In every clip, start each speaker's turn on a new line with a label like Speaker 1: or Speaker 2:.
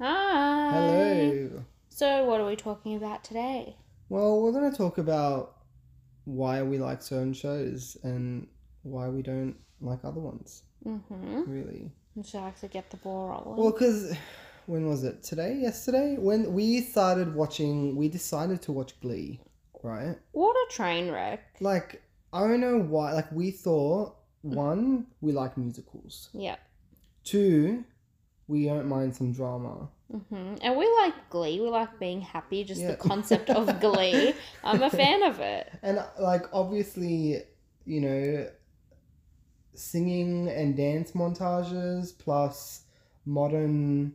Speaker 1: Hi.
Speaker 2: Hello.
Speaker 1: So, what are we talking about today?
Speaker 2: Well, we're going to talk about why we like certain shows and why we don't like other ones,
Speaker 1: Mm-hmm.
Speaker 2: really.
Speaker 1: Should I actually get the ball rolling?
Speaker 2: Well, because when was it? Today? Yesterday? When we started watching, we decided to watch Glee, right?
Speaker 1: what a train wreck.
Speaker 2: Like, I don't know why. Like, we thought one, we like musicals,
Speaker 1: Yep.
Speaker 2: two, we don't mind some drama.
Speaker 1: Mm-hmm. And we like Glee. We like being happy. Just
Speaker 2: Yeah.
Speaker 1: the concept of Glee. I'm a fan of it.
Speaker 2: And like obviously, you know, singing and dance montages plus modern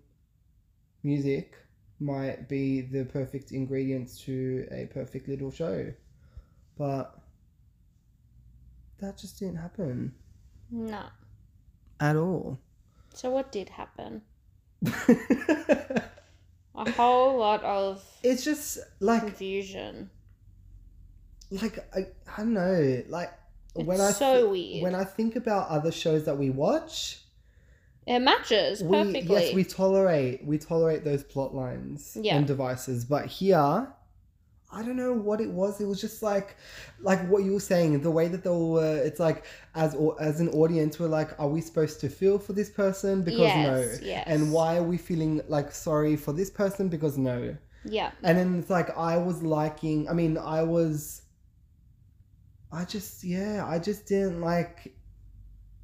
Speaker 2: music might be the perfect ingredients to a perfect little show. But that just didn't happen
Speaker 1: No.
Speaker 2: at all.
Speaker 1: So, what did happen?
Speaker 2: it's
Speaker 1: A whole lot of
Speaker 2: just like
Speaker 1: confusion.
Speaker 2: like I, I don't know, like
Speaker 1: It's
Speaker 2: when I
Speaker 1: so
Speaker 2: thi-
Speaker 1: weird.
Speaker 2: when I think about other shows that we watch,
Speaker 1: it matches perfectly.
Speaker 2: We, yes, we tolerate we tolerate those plot lines
Speaker 1: Yeah.
Speaker 2: and devices, but here, I don't know what it was. It was just like, like what you were saying, the way that they were. It's like as au- as an audience, we're like, are we supposed to feel for this person? Because
Speaker 1: yes,
Speaker 2: no.
Speaker 1: Yes.
Speaker 2: And why are we feeling like sorry for this person? Because no.
Speaker 1: Yeah.
Speaker 2: And then it's like I was liking. I mean, I was. I just yeah, I just didn't like.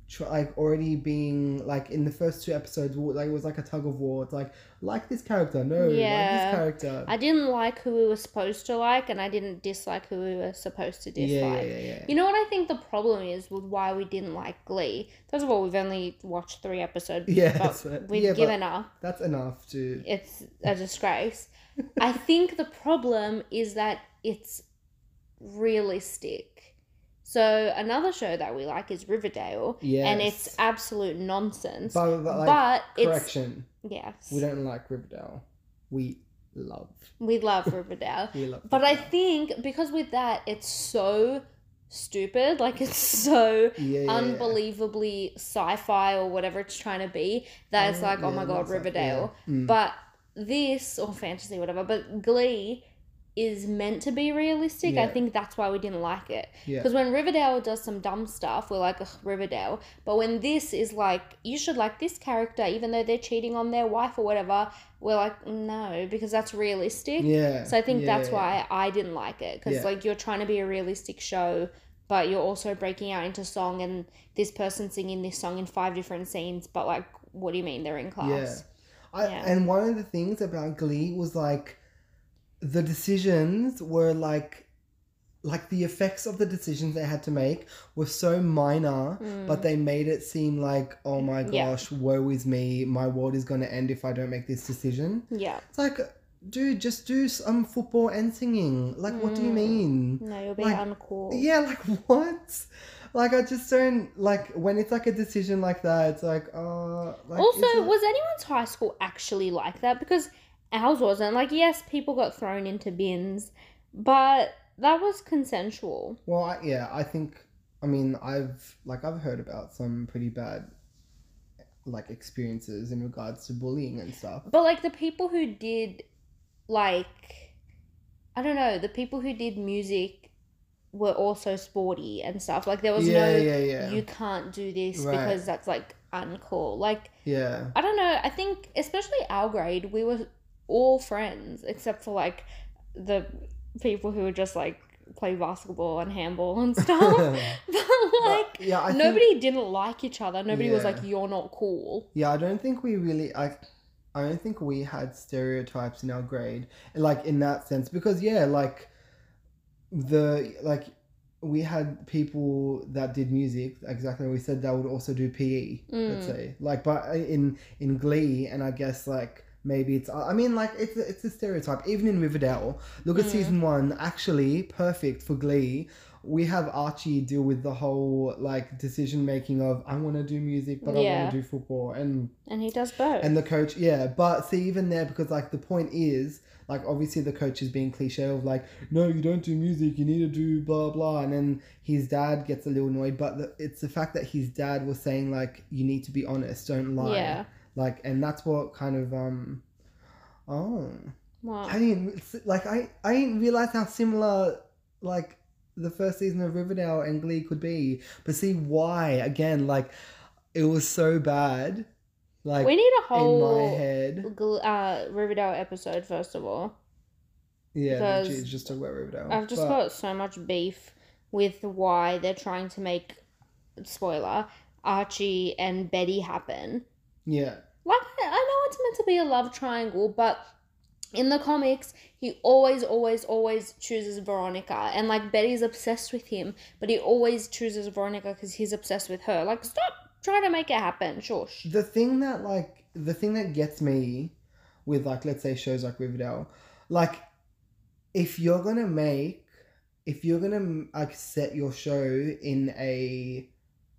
Speaker 2: Try, like already being like in the first two episodes, wa- like it was like a tug of war. It's like like this character,
Speaker 1: Yeah.
Speaker 2: no, like this character.
Speaker 1: I didn't like who we were supposed to like, and I didn't dislike who we were supposed to dislike.
Speaker 2: yeah, yeah, yeah, yeah.
Speaker 1: You know what I think the problem is with why we didn't like Glee? First of all, we've only watched three episodes.
Speaker 2: Yeah,
Speaker 1: but
Speaker 2: that's it.
Speaker 1: we've
Speaker 2: Yeah, but-
Speaker 1: given up.
Speaker 2: That's enough to.
Speaker 1: It's a disgrace. I think the problem is that it's realistic. So another show that we like is Riverdale,
Speaker 2: Yeah.
Speaker 1: and it's absolute nonsense. But,
Speaker 2: But, but, like,
Speaker 1: it's
Speaker 2: correction.
Speaker 1: yes,
Speaker 2: We don't like Riverdale. We love.
Speaker 1: we love Riverdale.
Speaker 2: We love.
Speaker 1: But I
Speaker 2: Riverdale.
Speaker 1: think because with that, it's so stupid. Like it's so
Speaker 2: yeah, yeah, yeah.
Speaker 1: unbelievably sci-fi or whatever it's trying to be that it's
Speaker 2: Oh,
Speaker 1: like oh
Speaker 2: yeah,
Speaker 1: my god
Speaker 2: that's like-
Speaker 1: riverdale
Speaker 2: yeah. Mm.
Speaker 1: but this or fantasy whatever but glee is meant to be realistic i
Speaker 2: Yeah.
Speaker 1: think that's why we didn't like it
Speaker 2: Yeah.
Speaker 1: because when riverdale does some dumb stuff we're like Ugh, riverdale but when this is like you should like this character even though they're cheating on their wife or whatever we're like no because that's realistic
Speaker 2: yeah.
Speaker 1: so I think
Speaker 2: yeah,
Speaker 1: that's
Speaker 2: yeah.
Speaker 1: why I didn't like it because
Speaker 2: Yeah.
Speaker 1: like you're trying to be a realistic show, but you're also breaking out into song and this person singing this song in five different scenes. But like, what do you mean they're in class?
Speaker 2: Yeah. I,
Speaker 1: Yeah.
Speaker 2: And one of the things about Glee was like the decisions were like like the effects of the decisions they had to make were so minor
Speaker 1: Mm.
Speaker 2: but they made it seem like oh my
Speaker 1: Yeah.
Speaker 2: gosh woe is me my world is going to end if i don't make this decision
Speaker 1: yeah.
Speaker 2: it's like dude just do some football and singing like what do you
Speaker 1: Mm.
Speaker 2: mean
Speaker 1: No, you're being
Speaker 2: Like,
Speaker 1: uncool.
Speaker 2: yeah, like what? Like I just don't like when it's like a decision like that. It's like, oh. Like,
Speaker 1: also,
Speaker 2: is it-
Speaker 1: was anyone's high school actually like that? Because ours wasn't. Like, yes, people got thrown into bins, but that was consensual.
Speaker 2: Well, I, yeah, I think I mean I've like I've heard about some pretty bad like experiences in regards to bullying and stuff.
Speaker 1: But like the people who did, like, I don't know, the people who did music were also sporty and stuff. Like there was
Speaker 2: yeah,
Speaker 1: no,
Speaker 2: yeah, yeah,
Speaker 1: you can't do this
Speaker 2: Right.
Speaker 1: because that's like uncool. Like
Speaker 2: yeah,
Speaker 1: I don't know. I think especially our grade, we were all friends except for like the people who were just like play basketball and handball and stuff. but like.
Speaker 2: But, yeah, I think-
Speaker 1: Nobody didn't like each other. Nobody was
Speaker 2: Yeah.
Speaker 1: like, "You're not cool."
Speaker 2: yeah, I don't think we really I. I don't think we had stereotypes in our grade, like in that sense, because yeah, like the like we had people that did music exactly what we said that would also do PE. let's
Speaker 1: Mm.
Speaker 2: say like but in in glee and i guess like maybe it's i mean like it's a, it's a stereotype even in riverdale look at
Speaker 1: Mm.
Speaker 2: season one actually perfect for glee we have archie deal with the whole like decision making of i want to do music but i
Speaker 1: Yeah.
Speaker 2: want to do football and
Speaker 1: And he does both.
Speaker 2: and the coach yeah but see even there because like the point is like obviously the coach is being cliche of like no you don't do music you need to do blah blah and then his dad gets a little annoyed but the, it's the fact that his dad was saying like you need to be honest don't lie
Speaker 1: Yeah.
Speaker 2: like and that's what kind of um Oh,
Speaker 1: Wow.
Speaker 2: I didn't like I I didn't realize how similar like the first season of Riverdale and Glee could be, but see why again like it was so bad, like
Speaker 1: we need a
Speaker 2: in my
Speaker 1: whole
Speaker 2: head.
Speaker 1: gl- uh, Riverdale episode, first of all.
Speaker 2: Yeah,
Speaker 1: because
Speaker 2: it's just talk about Riverdale.
Speaker 1: I've just
Speaker 2: but-
Speaker 1: got so much beef with why they're trying to make, spoiler, Archie and Betty happen.
Speaker 2: yeah,
Speaker 1: like I know it's meant to be a love triangle, but in the comics, he always, always, always chooses Veronica, and like Betty's obsessed with him, but he always chooses Veronica because he's obsessed with her. Like, stop trying to make it happen. Shush.
Speaker 2: the thing that like the thing that gets me with like let's say shows like Riverdale, like if you're gonna make if you're gonna like set your show in a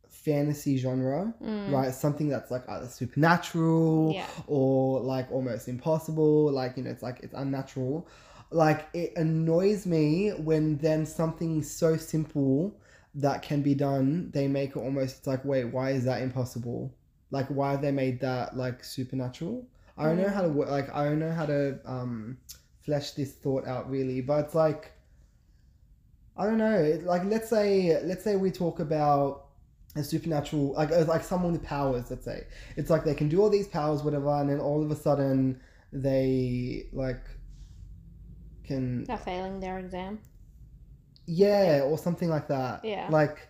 Speaker 2: fantasy genre,
Speaker 1: Mm.
Speaker 2: right, something that's like either supernatural
Speaker 1: Yeah.
Speaker 2: or like almost impossible, like you know it's like it's unnatural. Like it annoys me when then something so simple that can be done, they make it almost it's like, wait, why is that impossible? Like why have they made that like supernatural? I don't
Speaker 1: Mm.
Speaker 2: know how to wo- like I don't know how to um flesh this thought out really, but it's like I don't know. it- Like let's say let's say we talk about a supernatural like uh, like someone with powers. Let's say it's like they can do all these powers, whatever, and then all of a sudden they like can
Speaker 1: They're failing their exam.
Speaker 2: yeah or something like that.
Speaker 1: Yeah.
Speaker 2: Like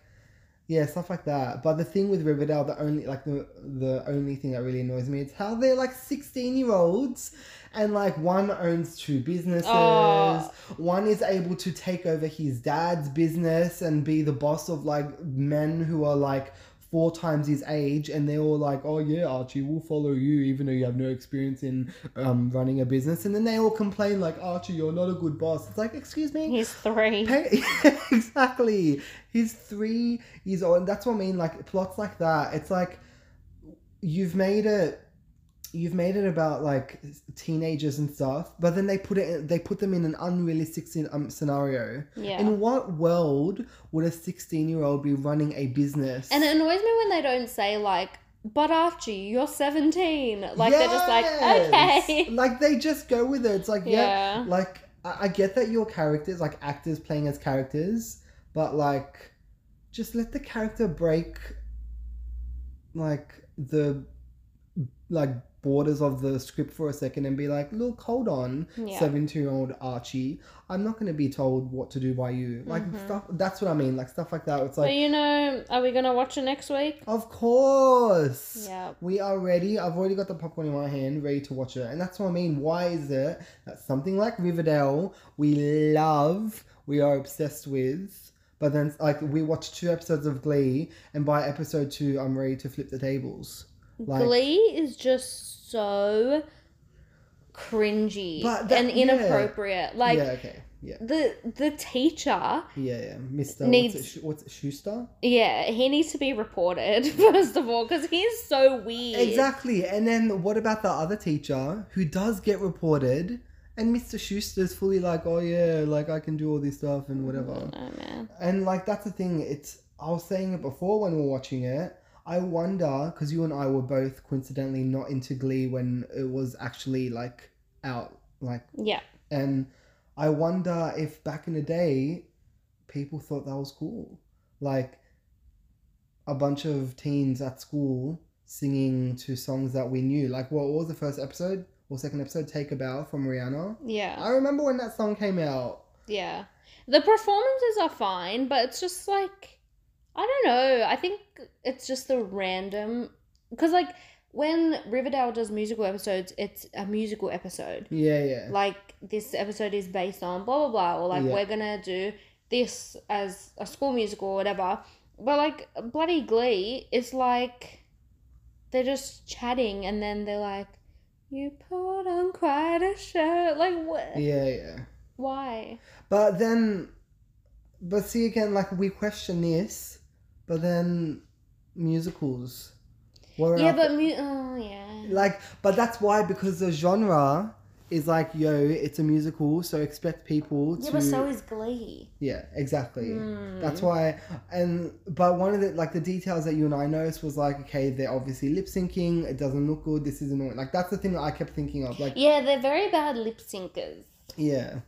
Speaker 2: yeah, stuff like that. But the thing with Riverdale, the only like the the only thing that really annoys me is how they're like sixteen year olds, and like one owns two businesses.
Speaker 1: Oh.
Speaker 2: One is able to take over his dad's business and be the boss of like men who are like four times his age, and they're all like, "Oh yeah, Archie, we'll follow you, even though you have no experience in um, running a business." And then they all complain like, "Archie, you're not a good boss." It's like, excuse me,
Speaker 1: He's three.
Speaker 2: Hey, exactly. He's three years old. And that's what I mean. Like plots like that. It's like you've made it. You've made it about like teenagers and stuff, but then they put it. They put them in an unrealistic scen- um, scenario.
Speaker 1: Yeah.
Speaker 2: In what world would a sixteen-year-old be running a business?
Speaker 1: And it annoys me when they don't say like, "But Archie, you're 17. Like they're just like,
Speaker 2: Yes!
Speaker 1: "Okay."
Speaker 2: Like they just go with it. It's like yeah,
Speaker 1: Yeah.
Speaker 2: like I, I get that your characters like actors playing as characters but like just let the character break like the like borders of the script for a second and be like look hold on
Speaker 1: Yeah.
Speaker 2: 17 year old archie i'm not going to be told what to do by you like
Speaker 1: Mhm.
Speaker 2: stuff that's what i mean like stuff like that it's
Speaker 1: but
Speaker 2: like
Speaker 1: you know, are we gonna watch it next week?
Speaker 2: of course
Speaker 1: Yeah.
Speaker 2: we are ready. I've already got the popcorn in my hand, ready to watch it. And that's what I mean. Why is it that something like Riverdale, we love, we are obsessed with, but then, like, we watch two episodes of Glee, and by episode two, I'm ready to flip the tables. Like,
Speaker 1: Glee is just so cringy
Speaker 2: But that-
Speaker 1: and
Speaker 2: yeah.
Speaker 1: inappropriate. Like
Speaker 2: yeah, okay. Yeah,
Speaker 1: the the teacher,
Speaker 2: yeah, yeah. Mr.
Speaker 1: Needs-
Speaker 2: What's, it, Sh- what's it, Schuster?
Speaker 1: yeah, he needs to be reported first of all because he's so weird.
Speaker 2: Exactly. And then what about the other teacher who does get reported? And Mr. Schuster's fully like, oh yeah, like I can do all this stuff and whatever.
Speaker 1: Oh man.
Speaker 2: And like that's the thing. It's I was saying it before when we were watching it. I wonder because you and I were both coincidentally not into Glee when it was actually like out. Like,
Speaker 1: Yeah.
Speaker 2: and I wonder if back in the day, people thought that was cool. Like, a bunch of teens at school singing to songs that we knew. Like, what was the first episode or second episode? Take a Bow from Rihanna.
Speaker 1: Yeah.
Speaker 2: I remember when that song came out.
Speaker 1: Yeah. The performances are fine, but it's just like I don't know. I think it's just the random because like when Riverdale does musical episodes, it's a musical episode.
Speaker 2: Yeah, yeah.
Speaker 1: like this episode is based on blah blah blah or like
Speaker 2: Yeah.
Speaker 1: we're gonna do this as a school musical or whatever but like bloody glee is like they're just chatting and then they're like you put on quite a show like what
Speaker 2: yeah, yeah.
Speaker 1: why
Speaker 2: But then, but see again, like we question this, but then musicals. What are
Speaker 1: yeah
Speaker 2: our-
Speaker 1: but mu- oh yeah
Speaker 2: like, but that's why because the genre is like, yo, it's a musical, so expect people to.
Speaker 1: Yeah, but so is Glee.
Speaker 2: Yeah, exactly.
Speaker 1: Mm.
Speaker 2: That's why, and but one of the like the details that you and I noticed was like, okay, they're obviously lip syncing. It doesn't look good. This is annoying. Like that's the thing that I kept thinking of. Like
Speaker 1: Yeah, they're very bad lip syncers.
Speaker 2: yeah,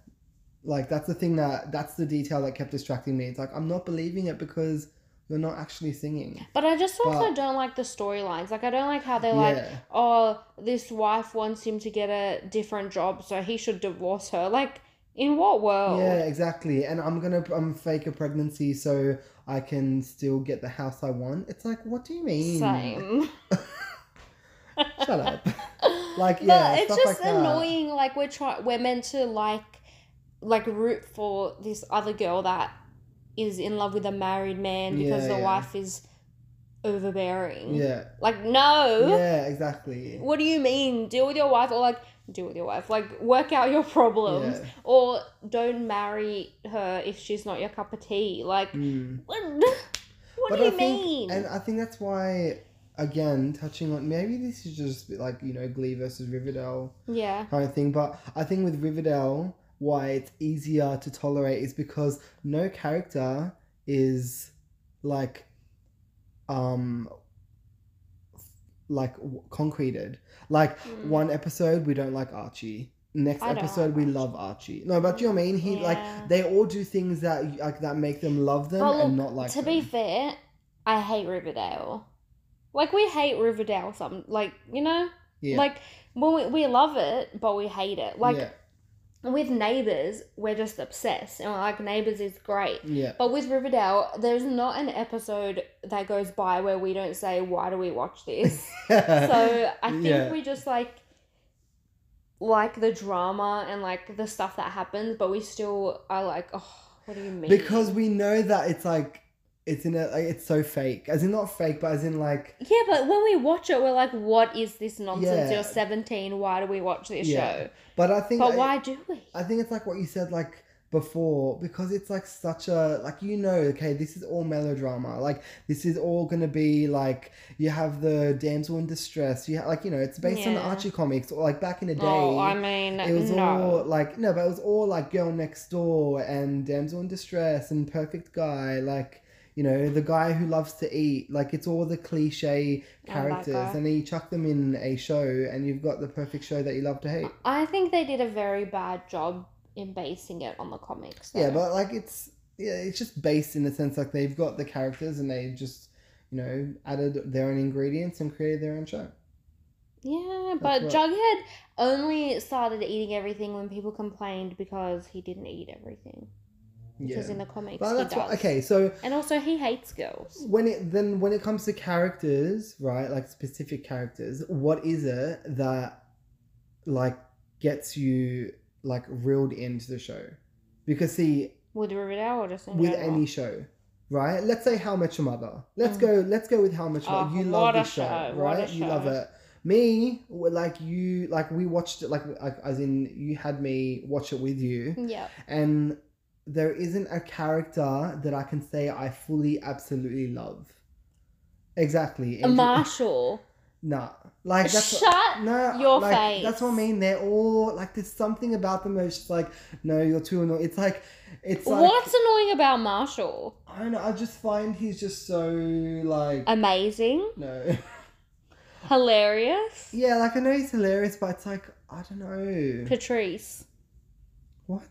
Speaker 2: like that's the thing that that's the detail that kept distracting me. It's like I'm not believing it because you're not actually singing.
Speaker 1: But I just also
Speaker 2: But-
Speaker 1: don't like the storylines. Like I don't like how they're like,
Speaker 2: yeah,
Speaker 1: oh, this wife wants him to get a different job, so he should divorce her. Like, in what world?
Speaker 2: yeah, exactly. And I'm gonna I'm fake a pregnancy so I can still get the house I want. It's like, what do you mean?
Speaker 1: Same.
Speaker 2: Shut up. Like,
Speaker 1: But
Speaker 2: yeah,
Speaker 1: it's
Speaker 2: stuff
Speaker 1: just
Speaker 2: like that.
Speaker 1: annoying. Like we're try- we're meant to like like root for this other girl that is in love with a married man because
Speaker 2: Yeah,
Speaker 1: the
Speaker 2: yeah.
Speaker 1: wife is overbearing.
Speaker 2: Yeah.
Speaker 1: Like no.
Speaker 2: Yeah. Exactly.
Speaker 1: What do you mean? Deal with your wife or like deal with your wife. Like work out your problems
Speaker 2: Yeah.
Speaker 1: or don't marry her if she's not your cup of tea. Like
Speaker 2: Mm.
Speaker 1: what, what do you
Speaker 2: think,
Speaker 1: mean?
Speaker 2: And I think that's why, again, touching on maybe this is just like you know Glee versus Riverdale
Speaker 1: yeah.
Speaker 2: kind of thing. But I think with Riverdale, why it's easier to tolerate is because no character is like, um, like w- concreted. Like
Speaker 1: Mm.
Speaker 2: one episode we don't like Archie. Next
Speaker 1: I don't
Speaker 2: episode
Speaker 1: like
Speaker 2: we love Archie. No, but do you know what I mean he
Speaker 1: Yeah.
Speaker 2: like they all do things that like that make them love them
Speaker 1: But
Speaker 2: and
Speaker 1: look,
Speaker 2: not like uh,
Speaker 1: to
Speaker 2: them.
Speaker 1: be fair, I hate Riverdale. Like we hate Riverdale some like, you know?
Speaker 2: Yeah.
Speaker 1: Like when we, we love it, but we hate it. Like
Speaker 2: yeah,
Speaker 1: with neighbors, we're just obsessed and we're like neighbors is great.
Speaker 2: yeah.
Speaker 1: But with Riverdale, there's not an episode that goes by where we don't say, Why do we watch this? so I think
Speaker 2: Yeah.
Speaker 1: we just like like the drama and like the stuff that happens, but we still are like, Oh, what do you mean?
Speaker 2: because we know that it's like it's in a like, it's so fake as in not fake but as in like
Speaker 1: Yeah, but when we watch it, we're like, what is this nonsense?
Speaker 2: Yeah.
Speaker 1: You're 17. Why do we watch this
Speaker 2: Yeah.
Speaker 1: show?
Speaker 2: but i think
Speaker 1: But
Speaker 2: I-
Speaker 1: why do we?
Speaker 2: I think it's like what you said like before because it's like such a like you know okay this is all melodrama like this is all gonna be like you have the damsel in distress you have like you know it's based on the
Speaker 1: Yeah.
Speaker 2: archie comics or like back in the day
Speaker 1: Oh, I mean,
Speaker 2: it was
Speaker 1: no.
Speaker 2: all like no but it was all like girl next door and damsel in distress and perfect guy like you know the guy who loves to eat like it's all the cliche
Speaker 1: that
Speaker 2: characters
Speaker 1: guy.
Speaker 2: and then you chuck them in a show and you've got the perfect show that you love to hate
Speaker 1: I think they did a very bad job in basing it on the comics.
Speaker 2: yeah
Speaker 1: though.
Speaker 2: but like it's yeah it's just based in the sense like they've got the characters and they just you know added their own ingredients and created their own show
Speaker 1: Yeah, but
Speaker 2: what-
Speaker 1: Jughead only started eating everything when people complained because he didn't eat everything.
Speaker 2: yeah
Speaker 1: Because in the comics,
Speaker 2: but
Speaker 1: he
Speaker 2: that's
Speaker 1: does.
Speaker 2: what, okay so
Speaker 1: And also, he hates girls.
Speaker 2: when it then when it comes to characters right like specific characters what is it that like gets you like reeled into the show because see
Speaker 1: With Riverdale or just in
Speaker 2: with
Speaker 1: general?
Speaker 2: any show right let's say how much your mother let's
Speaker 1: Mm.
Speaker 2: go let's go with how much Your Mother.
Speaker 1: Oh,
Speaker 2: you
Speaker 1: what
Speaker 2: love
Speaker 1: a
Speaker 2: this show,
Speaker 1: show, what a
Speaker 2: right you love
Speaker 1: show.
Speaker 2: it me well, like you like we watched it like like, as in you had me watch it with you
Speaker 1: Yeah.
Speaker 2: and there isn't a character that I can say I fully absolutely love. Exactly. And-
Speaker 1: Marshall.
Speaker 2: Nah. Like that's
Speaker 1: Shut
Speaker 2: no,
Speaker 1: your
Speaker 2: like,
Speaker 1: face.
Speaker 2: That's what I mean. They're all like there's something about them that's just like, no, you're too annoying. It's like it's like
Speaker 1: What's annoying about Marshall?
Speaker 2: I don't know, I just find he's just so like
Speaker 1: Amazing,
Speaker 2: no.
Speaker 1: hilarious.
Speaker 2: yeah, like I know he's hilarious, but it's like, I don't know.
Speaker 1: Patrice.
Speaker 2: What?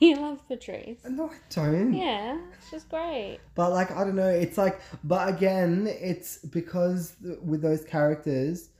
Speaker 1: you love Patrice.
Speaker 2: No, I don't.
Speaker 1: Yeah, she's great.
Speaker 2: But like I don't know, it's like but again, it's because th- with those characters,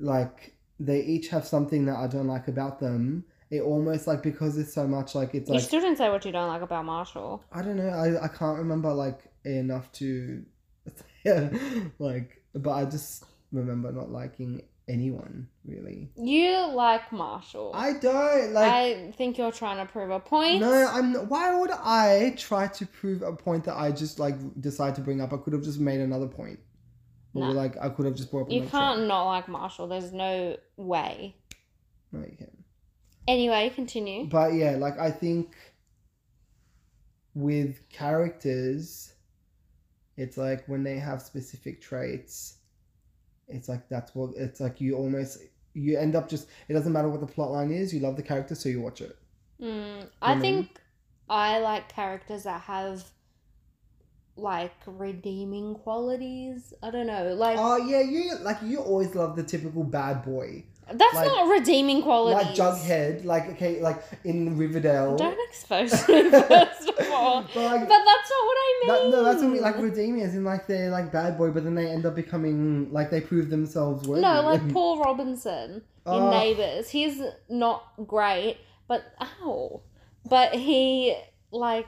Speaker 2: like they each have something that I don't like about them. It almost like because it's so much like it's
Speaker 1: you
Speaker 2: like
Speaker 1: still didn't say what you don't like about Marshall.
Speaker 2: I don't know, I, I can't remember like enough to yeah, like but I just remember not liking anyone really.
Speaker 1: You like Marshall.
Speaker 2: I don't like
Speaker 1: I think you're trying to prove a point.
Speaker 2: No, I'm. Why would I try to prove a point that I just like decide to bring up? I could have just made another point, or
Speaker 1: No.
Speaker 2: like I could have just brought up.
Speaker 1: you
Speaker 2: another
Speaker 1: can't not like Marshall. There's no way.
Speaker 2: point. No, you can.
Speaker 1: Anyway, continue.
Speaker 2: But yeah, like I think with characters, it's like when they have specific traits, it's like that's what it's like. You almost you end up just it doesn't matter what the plot line is you love the character so you watch it
Speaker 1: Mm, I
Speaker 2: know?
Speaker 1: think I like characters that have like redeeming qualities. I don't know. Like
Speaker 2: oh yeah you like you always love the typical bad boy
Speaker 1: that's
Speaker 2: like-
Speaker 1: not redeeming qualities.
Speaker 2: like jughead like okay like in riverdale
Speaker 1: Don't expose me first of all.
Speaker 2: But, like,
Speaker 1: But that's not what I mean.
Speaker 2: that, no, that's what we like redeeming as in like they're like bad boy, but then they end up becoming like they prove themselves worthy.
Speaker 1: No, like Paul Robinson in
Speaker 2: Oh,
Speaker 1: Neighbours. He's not great, but ow. But he like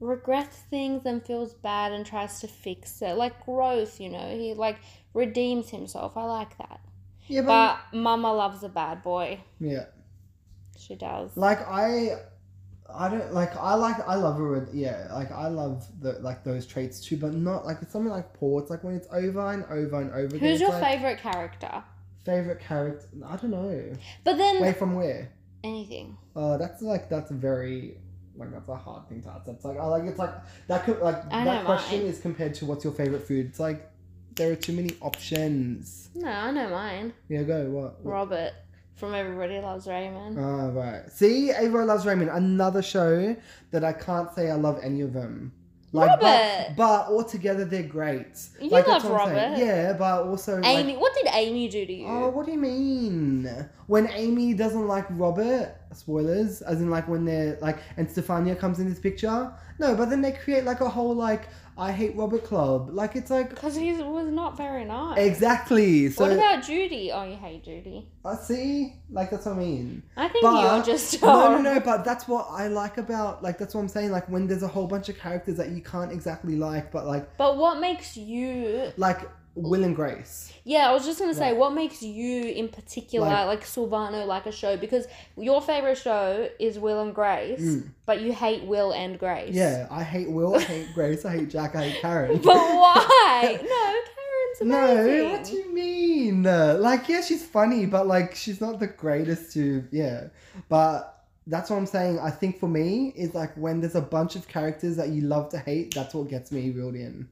Speaker 1: regrets things and feels bad and tries to fix it. Like growth, you know. He like redeems himself. I like that.
Speaker 2: yeah, but,
Speaker 1: But Mama loves a bad boy.
Speaker 2: yeah,
Speaker 1: She does.
Speaker 2: like I, I don't like I like I love a re- yeah like I love the like those traits too, but not like it's something like Paul. It's like when it's over and over and over. again,
Speaker 1: Who's
Speaker 2: it's
Speaker 1: your
Speaker 2: like,
Speaker 1: favorite character?
Speaker 2: favorite character? I don't know.
Speaker 1: But then
Speaker 2: Wait, from where?
Speaker 1: anything.
Speaker 2: Oh, that's like that's a very like that's a hard thing to answer. It's like I like it's like that could like
Speaker 1: I
Speaker 2: that
Speaker 1: know
Speaker 2: question
Speaker 1: mine.
Speaker 2: is compared to what's your favorite food. It's like there are too many options.
Speaker 1: No, I know mine.
Speaker 2: Yeah, go what? what?
Speaker 1: Robert from Everybody Loves Raymond.
Speaker 2: Ah, right. See, Everyone Loves Raymond, another show that I can't say I love any of them.
Speaker 1: Robert!
Speaker 2: But, but altogether, they're great.
Speaker 1: You
Speaker 2: that's
Speaker 1: love
Speaker 2: what I'm saying.
Speaker 1: Robert.
Speaker 2: Yeah, but also. like-
Speaker 1: Amy, what did Amy do to you?
Speaker 2: Oh, what do you mean? When Amy doesn't like Robert, spoilers, as in like when they're like, and Stefania comes in this picture. No, but then they create like a whole like, I hate Robert club. Like it's like,
Speaker 1: Because he was not very nice.
Speaker 2: exactly. So,
Speaker 1: what about Judy? Oh, you hate Judy.
Speaker 2: I see, like that's what I mean.
Speaker 1: I think
Speaker 2: But-
Speaker 1: you're just.
Speaker 2: No, no, no, but that's what I like about, like, that's what I'm saying. Like, when there's a whole bunch of characters that you can't exactly like, but like,
Speaker 1: But what makes you.
Speaker 2: like Will and Grace.
Speaker 1: Yeah, I was just going to say,
Speaker 2: Like-
Speaker 1: what makes you in particular, like,
Speaker 2: Like-
Speaker 1: Silvano, like a show? Because your favourite show is Will and Grace,
Speaker 2: Mm.
Speaker 1: but you hate Will and Grace.
Speaker 2: Yeah, I hate Will, I hate Grace, I hate Jack, I hate Karen.
Speaker 1: But why? no, Karen's amazing.
Speaker 2: No, what do you mean? Like, yeah, she's funny, but like, she's not the greatest to, yeah. But that's what I'm saying. I think for me, is like when there's a bunch of characters that you love to hate, that's what gets me reeled in.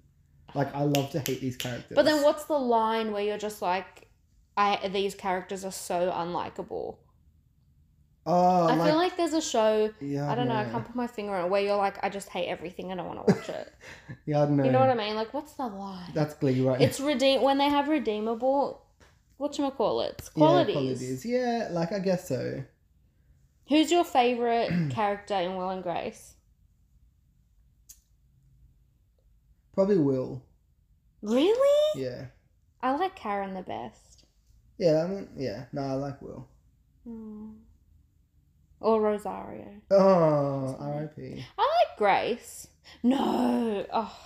Speaker 2: Like, I love to hate these characters.
Speaker 1: But then what's the line where you're just like, I these characters are so unlikable?
Speaker 2: Oh,
Speaker 1: I
Speaker 2: like,
Speaker 1: feel like there's a show.
Speaker 2: yeah,
Speaker 1: I don't know. I
Speaker 2: yeah.
Speaker 1: can't put my finger on it. Where you're like, I just hate everything. I don't want to watch it.
Speaker 2: Yeah, I don't know.
Speaker 1: You know what I mean? Like, what's the line?
Speaker 2: That's Glee, right?
Speaker 1: It's redeem when they have redeemable. What you call it?
Speaker 2: Yeah,
Speaker 1: Qualities.
Speaker 2: Yeah, like I guess so.
Speaker 1: Who's your favorite character in Will and Grace?
Speaker 2: Probably Will.
Speaker 1: Really?
Speaker 2: Yeah.
Speaker 1: I like Karen the best.
Speaker 2: Yeah, I mean, yeah. No, I like Will.
Speaker 1: Hmm. Or Rosario.
Speaker 2: Oh, R.I.P.
Speaker 1: I like Grace. No. Oh,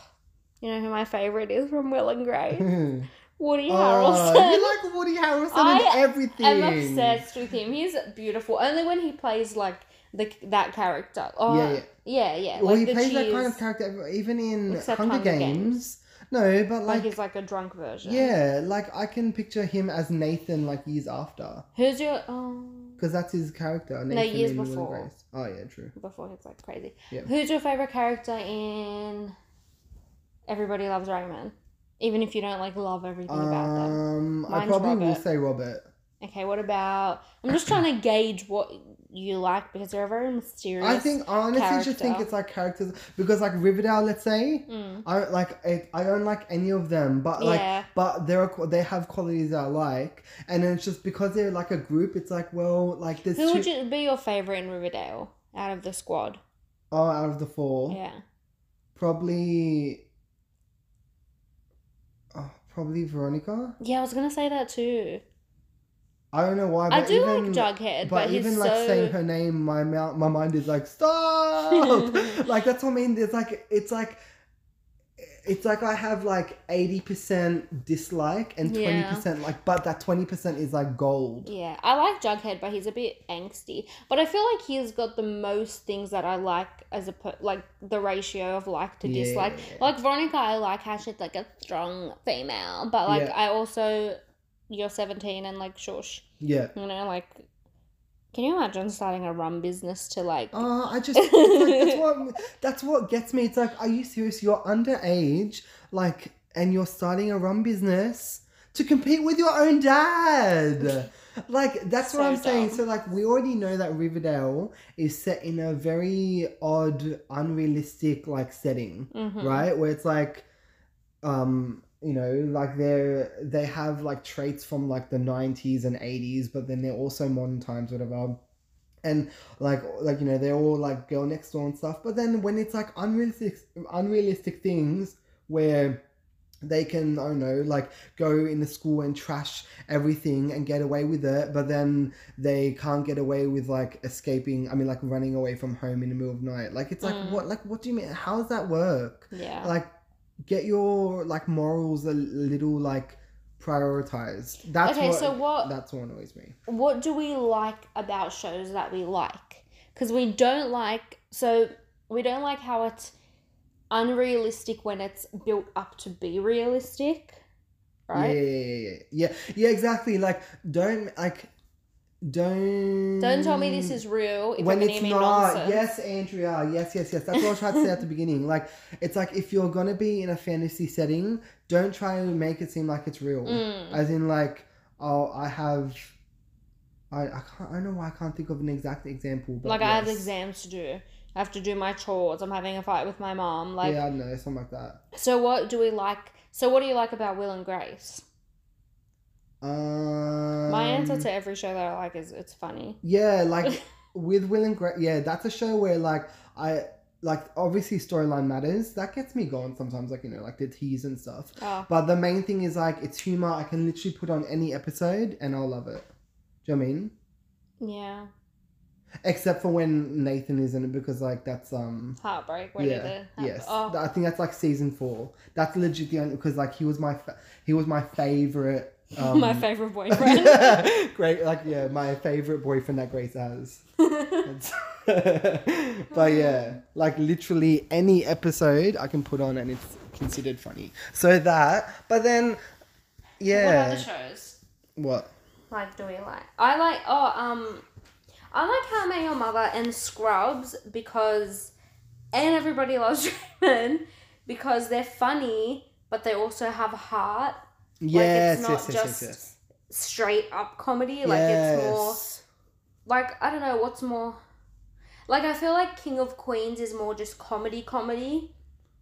Speaker 1: you know who my favorite is from Will and Grace?
Speaker 2: oh,
Speaker 1: Woody Harrelson.
Speaker 2: you like Woody Harrelson
Speaker 1: I
Speaker 2: and everything.
Speaker 1: I'm obsessed with him. He's beautiful. Only when he plays like the that character. Oh,
Speaker 2: Yeah,
Speaker 1: yeah,
Speaker 2: yeah.
Speaker 1: yeah.
Speaker 2: well,
Speaker 1: like
Speaker 2: he
Speaker 1: the
Speaker 2: plays that kind
Speaker 1: cheese,
Speaker 2: of character even in
Speaker 1: Except
Speaker 2: Hunger,
Speaker 1: Hunger
Speaker 2: Games.
Speaker 1: Games.
Speaker 2: No, but
Speaker 1: like
Speaker 2: like,
Speaker 1: he's like a drunk version.
Speaker 2: yeah, like I can picture him as Nathan like years after
Speaker 1: Who's your? Oh,
Speaker 2: because that's his character. Nathan
Speaker 1: years
Speaker 2: in Will and
Speaker 1: before.
Speaker 2: Grace. Oh yeah, true.
Speaker 1: before he's like crazy.
Speaker 2: Yeah.
Speaker 1: Who's your favorite character in Everybody Loves Raymond? Even if you don't like love everything about them.
Speaker 2: Um, I
Speaker 1: Mine's
Speaker 2: probably will
Speaker 1: Robert.
Speaker 2: say Robert.
Speaker 1: Okay, what about? I'm just trying to gauge what you like because they're very mysterious.
Speaker 2: I think I honestly just think
Speaker 1: character.
Speaker 2: it's like characters because like Riverdale, let's say,
Speaker 1: Mm,
Speaker 2: I don't like it, I don't like any of them, but uh, like
Speaker 1: yeah.
Speaker 2: but there are qu- they have qualities that I like, and then it's just because they're like a group, it's like well like there's
Speaker 1: Who
Speaker 2: two
Speaker 1: would you be your favorite in Riverdale out of the squad?
Speaker 2: oh, out of the four
Speaker 1: Yeah.
Speaker 2: probably oh, probably Veronica.
Speaker 1: Yeah, I was gonna say that too.
Speaker 2: I don't know why,
Speaker 1: I
Speaker 2: but
Speaker 1: do
Speaker 2: even,
Speaker 1: like Jughead,
Speaker 2: But,
Speaker 1: but, he's
Speaker 2: even
Speaker 1: so.
Speaker 2: like saying her name, my mouth, my mind is like stop. like that's what I mean. It's like it's like it's like I have like eighty percent dislike and twenty
Speaker 1: Yeah.
Speaker 2: percent like, but that twenty percent is like gold.
Speaker 1: yeah, I like Jughead, but he's a bit angsty. But I feel like he's got the most things that I like as a per- like the ratio of like to dislike.
Speaker 2: Yeah.
Speaker 1: Like Veronica, I like how she's like a strong female, but like
Speaker 2: Yeah.
Speaker 1: I also you're seventeen and like shush.
Speaker 2: Yeah.
Speaker 1: You know, like, can you imagine starting a rum business to like?
Speaker 2: Uh, I just it's like, that's what that's what gets me. It's like, are you serious? You're underage, like, and you're starting a rum business. to compete with your own dad. Like that's what
Speaker 1: So
Speaker 2: I'm saying.
Speaker 1: dumb.
Speaker 2: So like we already know that Riverdale is set in a very odd, unrealistic like setting,
Speaker 1: Mhm.
Speaker 2: right? Where it's like, um, you know, like they're they have like traits from like the 90s and 80s, but then they're also modern times, whatever. And like like you know they're all like girl next door and stuff. But then when it's like unrealistic unrealistic things where they can I don't know like go into school and trash everything and get away with it, but then they can't get away with like escaping. I mean, like running away from home in the middle of night. Like it's like
Speaker 1: Mm.
Speaker 2: what like what do you mean? How does that work?
Speaker 1: Yeah.
Speaker 2: Like get your like morals a little like prioritized. That's
Speaker 1: okay,
Speaker 2: what,
Speaker 1: so what
Speaker 2: that's what annoys me.
Speaker 1: what do we like about shows that we like? Because we don't like so we don't like how it's unrealistic when it's built up to be realistic, right?
Speaker 2: Yeah, yeah, yeah, yeah, yeah, exactly. Like don't like don't
Speaker 1: Don't tell me this is real if
Speaker 2: when
Speaker 1: I'm
Speaker 2: it's
Speaker 1: gonna be
Speaker 2: not
Speaker 1: nonsense.
Speaker 2: yes andrea yes yes yes that's what i tried to say at the beginning like it's like if you're gonna be in a fantasy setting don't try and make it seem like it's real
Speaker 1: Mm.
Speaker 2: as in like oh i have i i can't i don't know why i can't think of an exact example but
Speaker 1: Like I have
Speaker 2: yes.
Speaker 1: exams to do. I have to do my chores. I'm having a fight with my mom. Like
Speaker 2: yeah i know something like that
Speaker 1: so what do we like so what do you like about Will and Grace?
Speaker 2: um
Speaker 1: My answer to every show that I like is it's funny.
Speaker 2: Yeah, like with Will and Grace. Yeah, that's a show where like I like obviously storyline matters. That gets me going sometimes. Like you know, like the teas and stuff.
Speaker 1: Oh.
Speaker 2: But the main thing is like it's humor. I can literally put on any episode and I'll love it. Do you know what I mean?
Speaker 1: Yeah.
Speaker 2: Except for when Nathan is in it because like that's um.
Speaker 1: Heartbreak. When
Speaker 2: yeah.
Speaker 1: yeah. did it
Speaker 2: yes.
Speaker 1: Oh.
Speaker 2: I think that's like season four. That's legit the only because like he was my fa- he was my favorite. Um,
Speaker 1: my favorite boyfriend.
Speaker 2: Great, like yeah, my favorite boyfriend that Grace has. It's- but yeah, like literally any episode I can put on and it's considered funny. So that, but then,
Speaker 1: What
Speaker 2: yeah,
Speaker 1: other shows
Speaker 2: what?
Speaker 1: like do we like? I like oh um, I like How I Met Your Mother and Scrubs because, and everybody loves Raymond because they're funny, but they also have heart.
Speaker 2: Yes,
Speaker 1: not
Speaker 2: yes, yes, yes,
Speaker 1: just
Speaker 2: yes.
Speaker 1: Straight up comedy, like it's more like I don't know what's more. Like I feel like King of Queens is more just comedy comedy,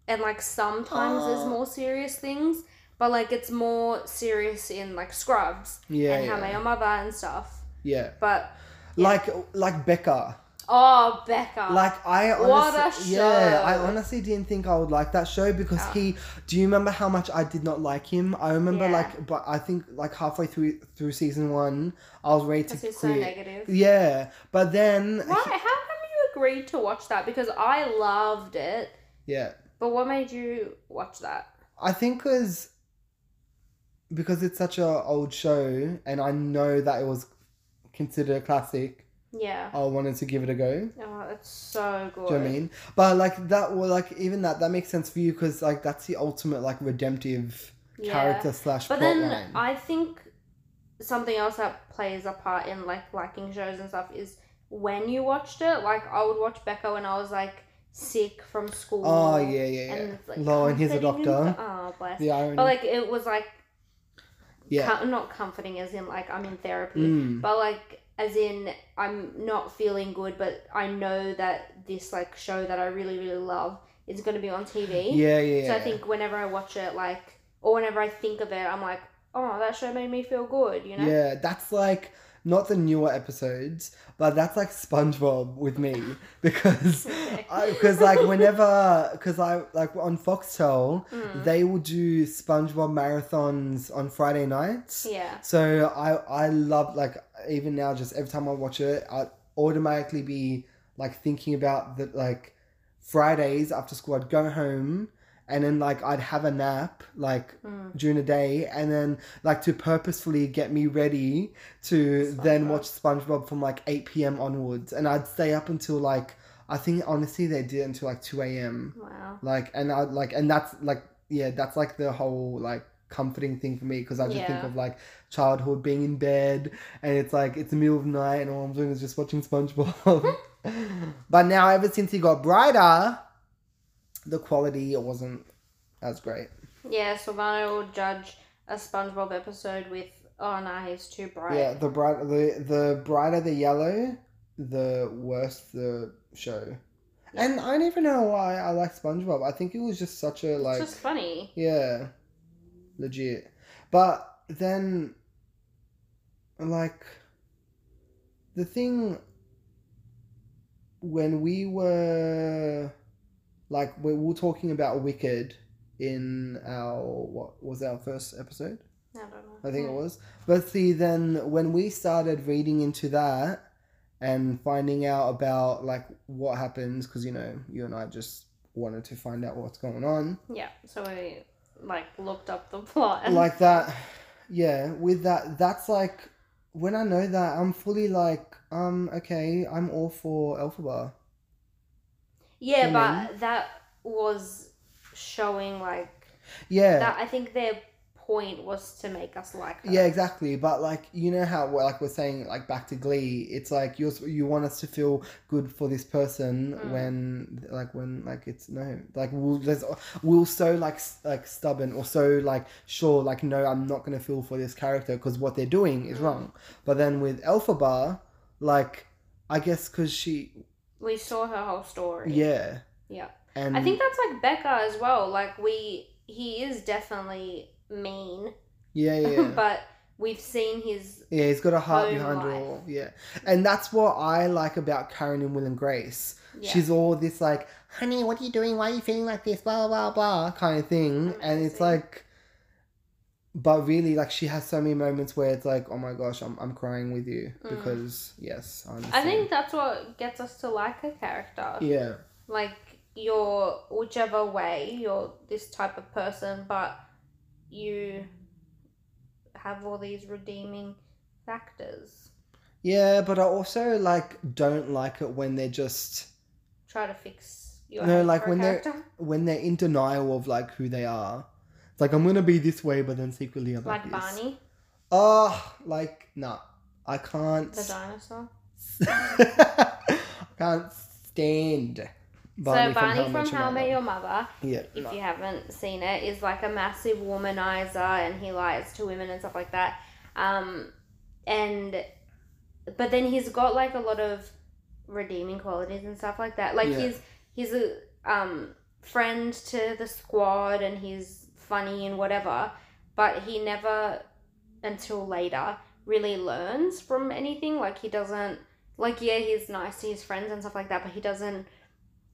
Speaker 1: and like sometimes there's
Speaker 2: Oh.
Speaker 1: more serious things, but like it's more serious in like Scrubs.
Speaker 2: yeah,
Speaker 1: and
Speaker 2: yeah,
Speaker 1: How I Met Your Mother and stuff.
Speaker 2: yeah.
Speaker 1: But
Speaker 2: Like like Becca.
Speaker 1: oh, Becca,
Speaker 2: Like I honestly,
Speaker 1: What a
Speaker 2: yeah,
Speaker 1: show.
Speaker 2: I honestly didn't think I would like that show because
Speaker 1: Yeah.
Speaker 2: he. Do you remember how much I did not like him? I remember
Speaker 1: Yeah.
Speaker 2: like, but I think like halfway through through season one, I was ready to
Speaker 1: this
Speaker 2: quit.
Speaker 1: is so negative.
Speaker 2: yeah, but then
Speaker 1: Why? How come you agreed to watch that? Because I loved it.
Speaker 2: yeah,
Speaker 1: But what made you watch that?
Speaker 2: I think because because it's such a old show, and I know that it was considered a classic.
Speaker 1: Yeah.
Speaker 2: I wanted to give it a go.
Speaker 1: Oh, it's so good.
Speaker 2: Do you know what I mean? But like that, well, like even that, that makes sense for you because like that's the ultimate like redemptive
Speaker 1: Yeah.
Speaker 2: character slash
Speaker 1: But
Speaker 2: plot
Speaker 1: then
Speaker 2: line.
Speaker 1: I think something else that plays a part in like liking shows and stuff is when you watched it. Like I would watch Becca when I was like sick from school.
Speaker 2: oh yeah, yeah, yeah.
Speaker 1: And it's like
Speaker 2: Lo, and he's a
Speaker 1: comforting
Speaker 2: doctor.
Speaker 1: And, oh bless.
Speaker 2: The irony.
Speaker 1: But like it was like
Speaker 2: yeah.
Speaker 1: com- not comforting as in like I'm in therapy,
Speaker 2: Mm.
Speaker 1: but like as in I'm not feeling good, but I know that this like show that I really really love is going to be on TV.
Speaker 2: Yeah, yeah.
Speaker 1: So I think whenever I watch it, like or whenever I think of it, I'm like, oh, that show made me feel good, you know.
Speaker 2: Yeah, that's like not the newer episodes, but that's like SpongeBob with me because
Speaker 1: Okay.
Speaker 2: because like whenever because I like on Foxtel
Speaker 1: Mm.
Speaker 2: they will do SpongeBob marathons on Friday nights.
Speaker 1: Yeah.
Speaker 2: So I I love like even now just every time I watch it I automatically be like thinking about that like Fridays after school I'd go home and then like I'd have a nap like
Speaker 1: Mm.
Speaker 2: during the day and then like to purposefully get me ready to then
Speaker 1: SpongeBob.
Speaker 2: watch SpongeBob from like 8 p.m. onwards and I'd stay up until like I think honestly they did until like 2 a.m.
Speaker 1: Wow.
Speaker 2: like and I like and that's like yeah that's like the whole like comforting thing for me because I just think
Speaker 1: Yeah.
Speaker 2: of like childhood being in bed and it's like it's the middle of the night and all I'm doing is just watching SpongeBob
Speaker 1: Hmm.
Speaker 2: but now ever since he got brighter the quality wasn't as great
Speaker 1: Yeah. Silvano will judge a SpongeBob episode with oh no, he's too bright.
Speaker 2: Yeah, the bright the the brighter the yellow, the worse the show.
Speaker 1: Yeah.
Speaker 2: And I don't even know why I like SpongeBob. I think it was just such a like
Speaker 1: it's just funny.
Speaker 2: yeah, legit. But then, like, the thing when we were like we were talking about Wicked in our what was our first episode?
Speaker 1: I don't know. Hmm.
Speaker 2: I think it was. But see, then when we started reading into that and finding out about like what happens, because you know you and I just wanted to find out what's going on
Speaker 1: Yeah, so we like looked up the plot. And
Speaker 2: like that. Yeah, with that, that's like when I know that I'm fully like, um, okay, I'm all for Elphaba.
Speaker 1: yeah,
Speaker 2: you
Speaker 1: but that was showing like
Speaker 2: Yeah,
Speaker 1: that. I think their point was to make us like. Her.
Speaker 2: yeah, exactly. But like, you know how we're, like we're saying like back to Glee, it's like you you want us to feel good for this person
Speaker 1: Mm.
Speaker 2: when like when like it's no like we'll there's we'll so like s- like stubborn or so like sure like no I'm not gonna feel for this character because what they're doing is
Speaker 1: Mm.
Speaker 2: wrong. But then with Elphaba, like I guess because she
Speaker 1: we saw her whole story.
Speaker 2: yeah
Speaker 1: yeah.
Speaker 2: and
Speaker 1: I think that's like Becca as well. Like we, he is definitely mean,
Speaker 2: yeah yeah.
Speaker 1: but we've seen his
Speaker 2: Yeah, he's got a heart
Speaker 1: Home
Speaker 2: behind it
Speaker 1: life.
Speaker 2: all. Yeah. And that's what I like about Karen and Will and Grace.
Speaker 1: yeah.
Speaker 2: She's all this like, honey, what are you doing? Why are you feeling like this? Blah, blah, blah, kind of thing. And
Speaker 1: Amazing.
Speaker 2: it's like, but really, like, she has so many moments where it's like, oh my gosh, I'm, I'm crying with you.
Speaker 1: Mm.
Speaker 2: Because, yes, I
Speaker 1: I
Speaker 2: understand.
Speaker 1: think that's what gets us to like her character.
Speaker 2: Yeah.
Speaker 1: Like you're whichever way you're this type of person, but you have all these redeeming factors.
Speaker 2: Yeah, but I also, like, don't like it when they're just,
Speaker 1: Try to fix your
Speaker 2: No,
Speaker 1: hate
Speaker 2: like,
Speaker 1: for a
Speaker 2: when they're-
Speaker 1: character.
Speaker 2: when they're in denial of, like, who they are. It's like, I'm going to be this way, but then secretly I'm like,
Speaker 1: like
Speaker 2: this.
Speaker 1: Barney
Speaker 2: Oh, like nah, I can't.
Speaker 1: the dinosaur.
Speaker 2: I can't stand Barney
Speaker 1: so Barney from
Speaker 2: Met Your
Speaker 1: How I Met
Speaker 2: Mother.
Speaker 1: Your Mother
Speaker 2: Yeah,
Speaker 1: if
Speaker 2: no.
Speaker 1: you haven't seen it, is like a massive womanizer and he lies to women and stuff like that. Um, and but then he's got like a lot of redeeming qualities and stuff like that. Like
Speaker 2: Yeah.
Speaker 1: he's he's a um friend to the squad and he's funny and whatever, but he never until later really learns from anything. Like he doesn't like yeah, he's nice to his friends and stuff like that, but he doesn't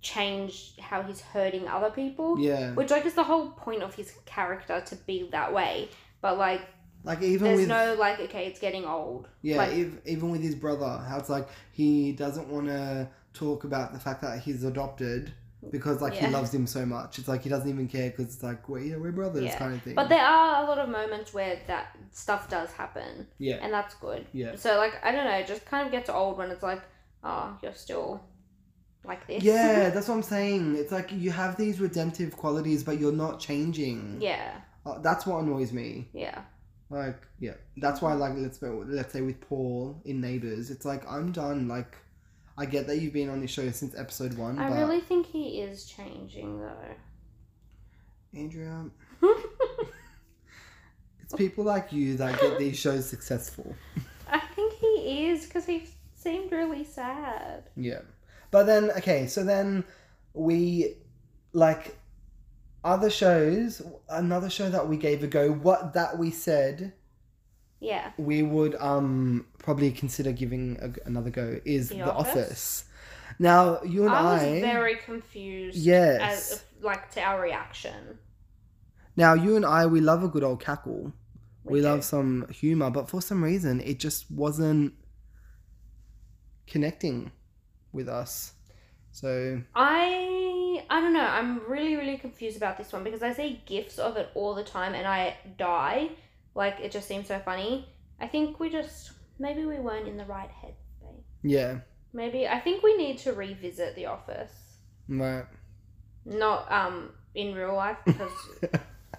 Speaker 1: change how he's hurting other people.
Speaker 2: yeah.
Speaker 1: Which like is the whole point of his character to be that way. But like
Speaker 2: Like even
Speaker 1: there's
Speaker 2: with
Speaker 1: no like okay, it's getting old.
Speaker 2: yeah,
Speaker 1: like-
Speaker 2: ev- even with his brother, how it's like he doesn't want to talk about the fact that he's adopted because like
Speaker 1: Yeah.
Speaker 2: he loves him so much. It's like he doesn't even care because it's like we're yeah, we're brothers
Speaker 1: Yeah.
Speaker 2: kind of thing.
Speaker 1: But there are a lot of moments where that stuff does happen
Speaker 2: yeah,
Speaker 1: and that's good.
Speaker 2: yeah.
Speaker 1: So like I don't know, it just kind of gets old when it's like, oh, you're still like this.
Speaker 2: Yeah, that's what I'm saying. It's like you have these redemptive qualities, but you're not changing.
Speaker 1: yeah.
Speaker 2: Uh, that's what annoys me.
Speaker 1: Yeah.
Speaker 2: Like yeah, that's why like let's say- let's say with Paul in Neighbours, it's like I'm done. Like I get that you've been on this show since episode one,
Speaker 1: I
Speaker 2: but
Speaker 1: really think he is changing though.
Speaker 2: Andrea, it's people like you that get these shows successful.
Speaker 1: I think he is because he seemed really sad.
Speaker 2: Yeah, but then okay, so then we like other shows. Another show that we gave a go. What that we said
Speaker 1: Yeah.
Speaker 2: we would um probably consider giving a, another go is
Speaker 1: The
Speaker 2: The,
Speaker 1: Office?
Speaker 2: Office. Now you and
Speaker 1: I
Speaker 2: I,
Speaker 1: was very confused
Speaker 2: Yes.
Speaker 1: as like to our reaction.
Speaker 2: Now you and I, we love a good old cackle. We,
Speaker 1: do.
Speaker 2: love some humor, but for some reason, it just wasn't connecting with us. So
Speaker 1: I I don't know. I'm really really confused about this one because I see gifs of it all the time and I die. Like it just seems so funny. I think we just maybe we weren't in the right head.
Speaker 2: yeah,
Speaker 1: Maybe I think we need to revisit The Office.
Speaker 2: right.
Speaker 1: Not um in real life because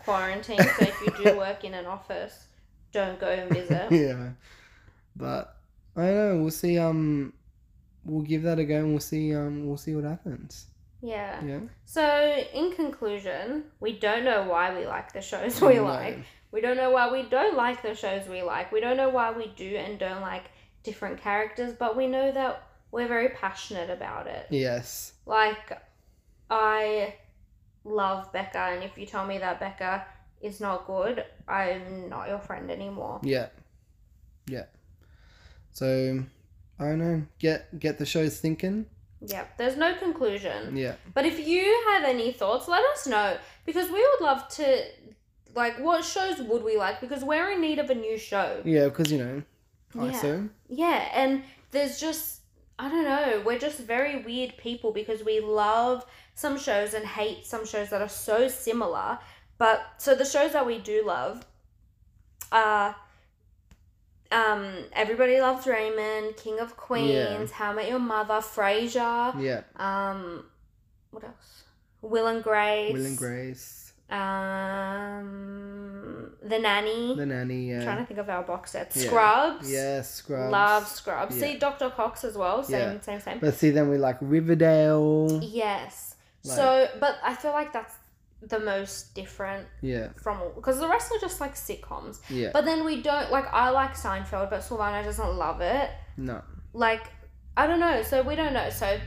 Speaker 1: quarantine. So if you do work in an office, don't go and visit.
Speaker 2: yeah, but I don't know. We'll see. Um, we'll give that a go, and we'll see. Um, we'll see what happens.
Speaker 1: Yeah.
Speaker 2: Yeah.
Speaker 1: So in conclusion, we don't know why we like the shows we
Speaker 2: No.
Speaker 1: like. We don't know why we don't like the shows we like. We don't know why we do and don't like different characters, but we know that we're very passionate about it.
Speaker 2: Yes.
Speaker 1: Like, I love Becca, and if you tell me that Becca is not good, I'm not your friend anymore.
Speaker 2: Yeah. Yeah. So I don't know. Get get the shows thinking.
Speaker 1: Yep, there's no conclusion.
Speaker 2: Yeah.
Speaker 1: But if you have any thoughts, let us know because we would love to. Like, what shows would we like? Because we're in need of a new show.
Speaker 2: Yeah, because you know, ISO.
Speaker 1: Yeah, and there's just I don't know, we're just very weird people because we love some shows and hate some shows that are so similar. But so the shows that we do love are um Everybody Loves Raymond, King of Queens, How I Met Your Mother, Frasier,
Speaker 2: Yeah.
Speaker 1: um what else? Will and Grace.
Speaker 2: Will and Grace.
Speaker 1: Um The Nanny.
Speaker 2: The nanny.
Speaker 1: I'm trying
Speaker 2: Yeah.
Speaker 1: to think of our box set.
Speaker 2: Yeah.
Speaker 1: Scrubs.
Speaker 2: Yeah. Scrubs.
Speaker 1: Love Scrubs.
Speaker 2: Yeah.
Speaker 1: See Dr. Cox as well. Same,
Speaker 2: Yeah.
Speaker 1: same, same.
Speaker 2: But see, then we like Riverdale.
Speaker 1: yes.
Speaker 2: Like-
Speaker 1: so, but I feel like that's the most different
Speaker 2: Yeah.
Speaker 1: from all because the rest are just like sitcoms.
Speaker 2: Yeah.
Speaker 1: But then we don't like. I like Seinfeld, but Silvana doesn't love it.
Speaker 2: No.
Speaker 1: Like I don't know. So we don't know. So.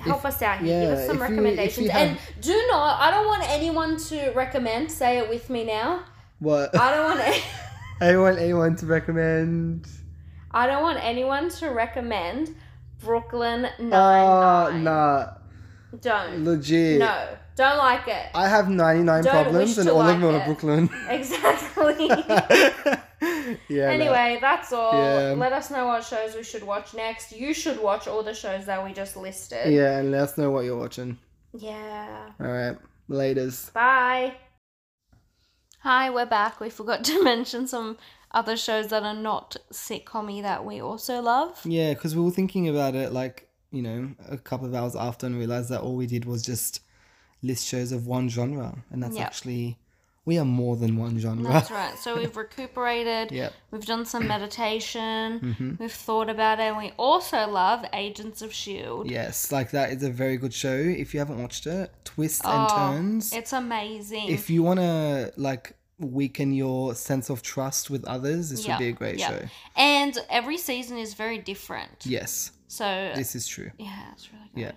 Speaker 1: Help us out here. Give
Speaker 2: yeah,
Speaker 1: us some
Speaker 2: if you- if you
Speaker 1: recommendations. and do not, I don't want anyone to recommend, say it with me now.
Speaker 2: What?
Speaker 1: I don't want any-
Speaker 2: I want anyone to recommend.
Speaker 1: I don't want anyone to recommend Brooklyn Nine.
Speaker 2: Ah, nah.
Speaker 1: Don't.
Speaker 2: Legit.
Speaker 1: No, don't like it.
Speaker 2: I have 99
Speaker 1: Don't
Speaker 2: problems
Speaker 1: wish
Speaker 2: and
Speaker 1: to
Speaker 2: all
Speaker 1: like
Speaker 2: of them
Speaker 1: it.
Speaker 2: are Brooklyn.
Speaker 1: Exactly.
Speaker 2: yeah. no.
Speaker 1: anyway, that's all.
Speaker 2: Yeah.
Speaker 1: Let us know what shows we should watch next. You should watch all the shows that we just listed.
Speaker 2: Yeah, and let us know what you're watching.
Speaker 1: Yeah.
Speaker 2: All right. Laters.
Speaker 1: Bye. Hi, we're back. We forgot to mention some other shows that are not sitcom that we also love.
Speaker 2: Yeah, because we were thinking about it like, you know, a couple of hours after and realized that all we did was just list shows of one genre. And that's
Speaker 1: Yep.
Speaker 2: actually, we are more than one genre.
Speaker 1: That's right. So we've recuperated.
Speaker 2: Mm-hmm. Yep.
Speaker 1: We've done some meditation.
Speaker 2: Mhm.
Speaker 1: We've thought about it. And we also love Agents of S.H.I.E.L.D.
Speaker 2: Yes, like that is a very good show. If you haven't watched it, twists and
Speaker 1: Oh,
Speaker 2: turns.
Speaker 1: It's amazing.
Speaker 2: If you want to, like, weaken your sense of trust with others, this
Speaker 1: Yeah,
Speaker 2: would be a great
Speaker 1: yeah.
Speaker 2: show.
Speaker 1: And every season is very different.
Speaker 2: Yes,
Speaker 1: So
Speaker 2: this is true.
Speaker 1: yeah, it's really good.
Speaker 2: Yeah.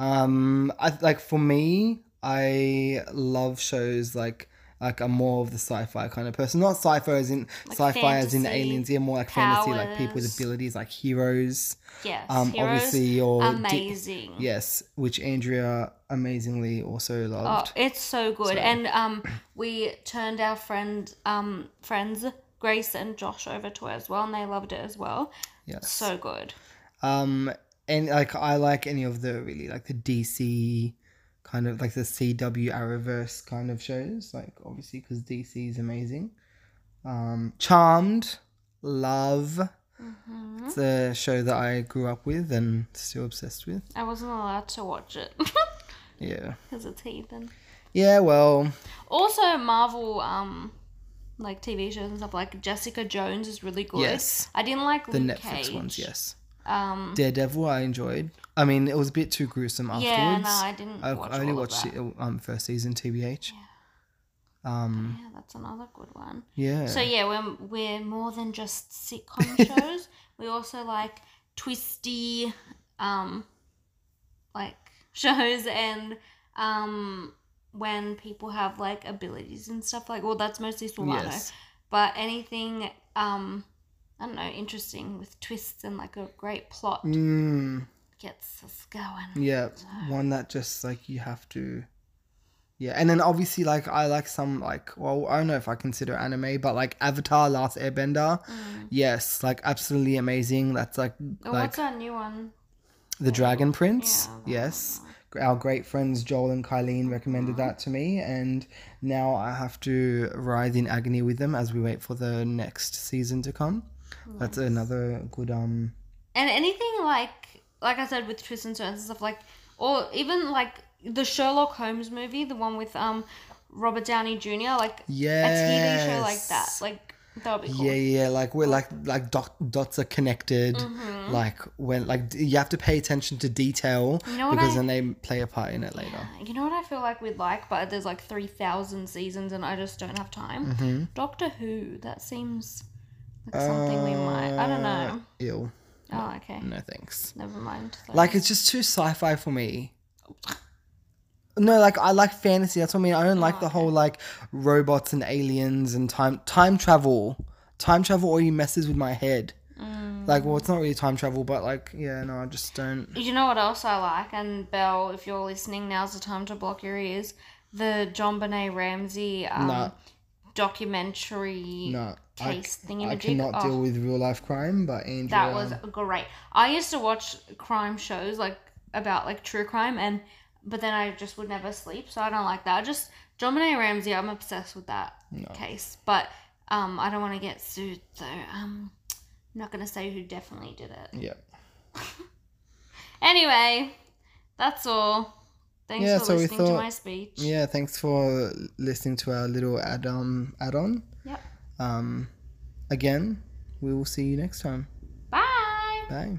Speaker 2: Um, I like for me, I love shows like like I'm more of the sci-fi kind of person. Not sci-fi as in
Speaker 1: Like
Speaker 2: sci-fi as in
Speaker 1: fantasy,
Speaker 2: aliens. Yeah, more like fantasy, like people with
Speaker 1: powers.
Speaker 2: abilities, like heroes.
Speaker 1: Yes.
Speaker 2: Um,
Speaker 1: Heroes,
Speaker 2: obviously your di-
Speaker 1: amazing.
Speaker 2: yes, which Andrea amazingly also
Speaker 1: Oh,
Speaker 2: loved.
Speaker 1: it's so good.
Speaker 2: So-
Speaker 1: And um, we turned our friend um friends Grace and Josh over to it as well, and they loved it as well.
Speaker 2: yes.
Speaker 1: So good.
Speaker 2: um, and like I like any of the really like the DC kind of like the CW Arrowverse kind of shows. Like obviously because DC is amazing. Um, Charmed, love.
Speaker 1: hmm
Speaker 2: It's a show that I grew up with and still obsessed with.
Speaker 1: I wasn't allowed to watch it
Speaker 2: Yeah.
Speaker 1: because it's heathen.
Speaker 2: Yeah, well,
Speaker 1: Also, Marvel um, like TV shows and stuff like Jessica Jones is really good.
Speaker 2: yes.
Speaker 1: I didn't like
Speaker 2: The
Speaker 1: Luke
Speaker 2: Netflix
Speaker 1: Cage.
Speaker 2: ones, yes.
Speaker 1: Um,
Speaker 2: Daredevil, I enjoyed. I mean, it was a bit too gruesome afterwards.
Speaker 1: yeah, no, I didn't.
Speaker 2: I,
Speaker 1: watch
Speaker 2: I only
Speaker 1: all of
Speaker 2: watched
Speaker 1: that.
Speaker 2: the um, first season, TBH. Um,
Speaker 1: Yeah, that's another good one.
Speaker 2: yeah.
Speaker 1: So yeah, we're we're more than just sitcom shows. We also like twisty, um, like shows and um when people have like abilities and stuff like well that's mostly Solano,
Speaker 2: yes.
Speaker 1: but anything um I don't know interesting with twists and like a great plot
Speaker 2: Mm,
Speaker 1: gets us going.
Speaker 2: yeah, one that just like you have to. Yeah, and then obviously like I like some like well I don't know if I consider anime, but like Avatar: Last Airbender,
Speaker 1: Mm.
Speaker 2: yes, like absolutely amazing. That's like
Speaker 1: Oh,
Speaker 2: like
Speaker 1: what's that new one?
Speaker 2: The Dragon Prince,
Speaker 1: that Mm-hmm.
Speaker 2: yes. Our great friends Joel and Kylene recommended that to me, and now I have to writhe in agony with them as we wait for the next season to come. That's another good um.
Speaker 1: and anything like like I said with twists and turns and stuff like or even like the Sherlock Holmes movie, the one with um Robert Downey Jr. like a
Speaker 2: Yeah.
Speaker 1: TV show like that, like That would be cool.
Speaker 2: Yeah, yeah, like we're like like dot, dots are connected.
Speaker 1: Mhm.
Speaker 2: Like when like d- you have to pay attention to detail
Speaker 1: You know what
Speaker 2: because
Speaker 1: I-
Speaker 2: then they play a part in it later.
Speaker 1: You know what I feel like we'd like, but there's like 3,000 seasons and I just don't have time?
Speaker 2: Mm-hmm.
Speaker 1: Doctor Who, that seems like something we might. I don't know.
Speaker 2: Ew.
Speaker 1: Oh, okay.
Speaker 2: No thanks.
Speaker 1: Never mind. then.
Speaker 2: Uh, Like it's just too sci-fi for me. No, like I like fantasy. That's what I mean. I don't like
Speaker 1: Oh,
Speaker 2: the
Speaker 1: okay.
Speaker 2: whole like robots and aliens and time time travel. Time travel already messes with my head.
Speaker 1: Mm.
Speaker 2: Like, well, it's not really time travel, but like, yeah, no, I just don't.
Speaker 1: You know what else I like? And Belle, if you're listening, now's the time to block your ears. The John Benet Ramsey um,
Speaker 2: Nah.
Speaker 1: documentary
Speaker 2: No, I,
Speaker 1: case
Speaker 2: I
Speaker 1: thingamajig.
Speaker 2: cannot
Speaker 1: Oh,
Speaker 2: deal with real life crime. But Andrea,
Speaker 1: that was great. I used to watch crime shows like about like true crime, and but then I just would never sleep, so I don't like that. I just John Benet Ramsey, I'm obsessed with that
Speaker 2: no.
Speaker 1: case, but um, I don't want to get sued, so um, I'm not gonna say who definitely did it.
Speaker 2: Yeah.
Speaker 1: Anyway, that's all. Thanks
Speaker 2: Yeah,
Speaker 1: for
Speaker 2: so we
Speaker 1: listening to
Speaker 2: thought-
Speaker 1: my speech.
Speaker 2: Yeah, thanks for listening to our little add um add on.
Speaker 1: Yep.
Speaker 2: Um, again, we will see you next time.
Speaker 1: Bye.
Speaker 2: Bye.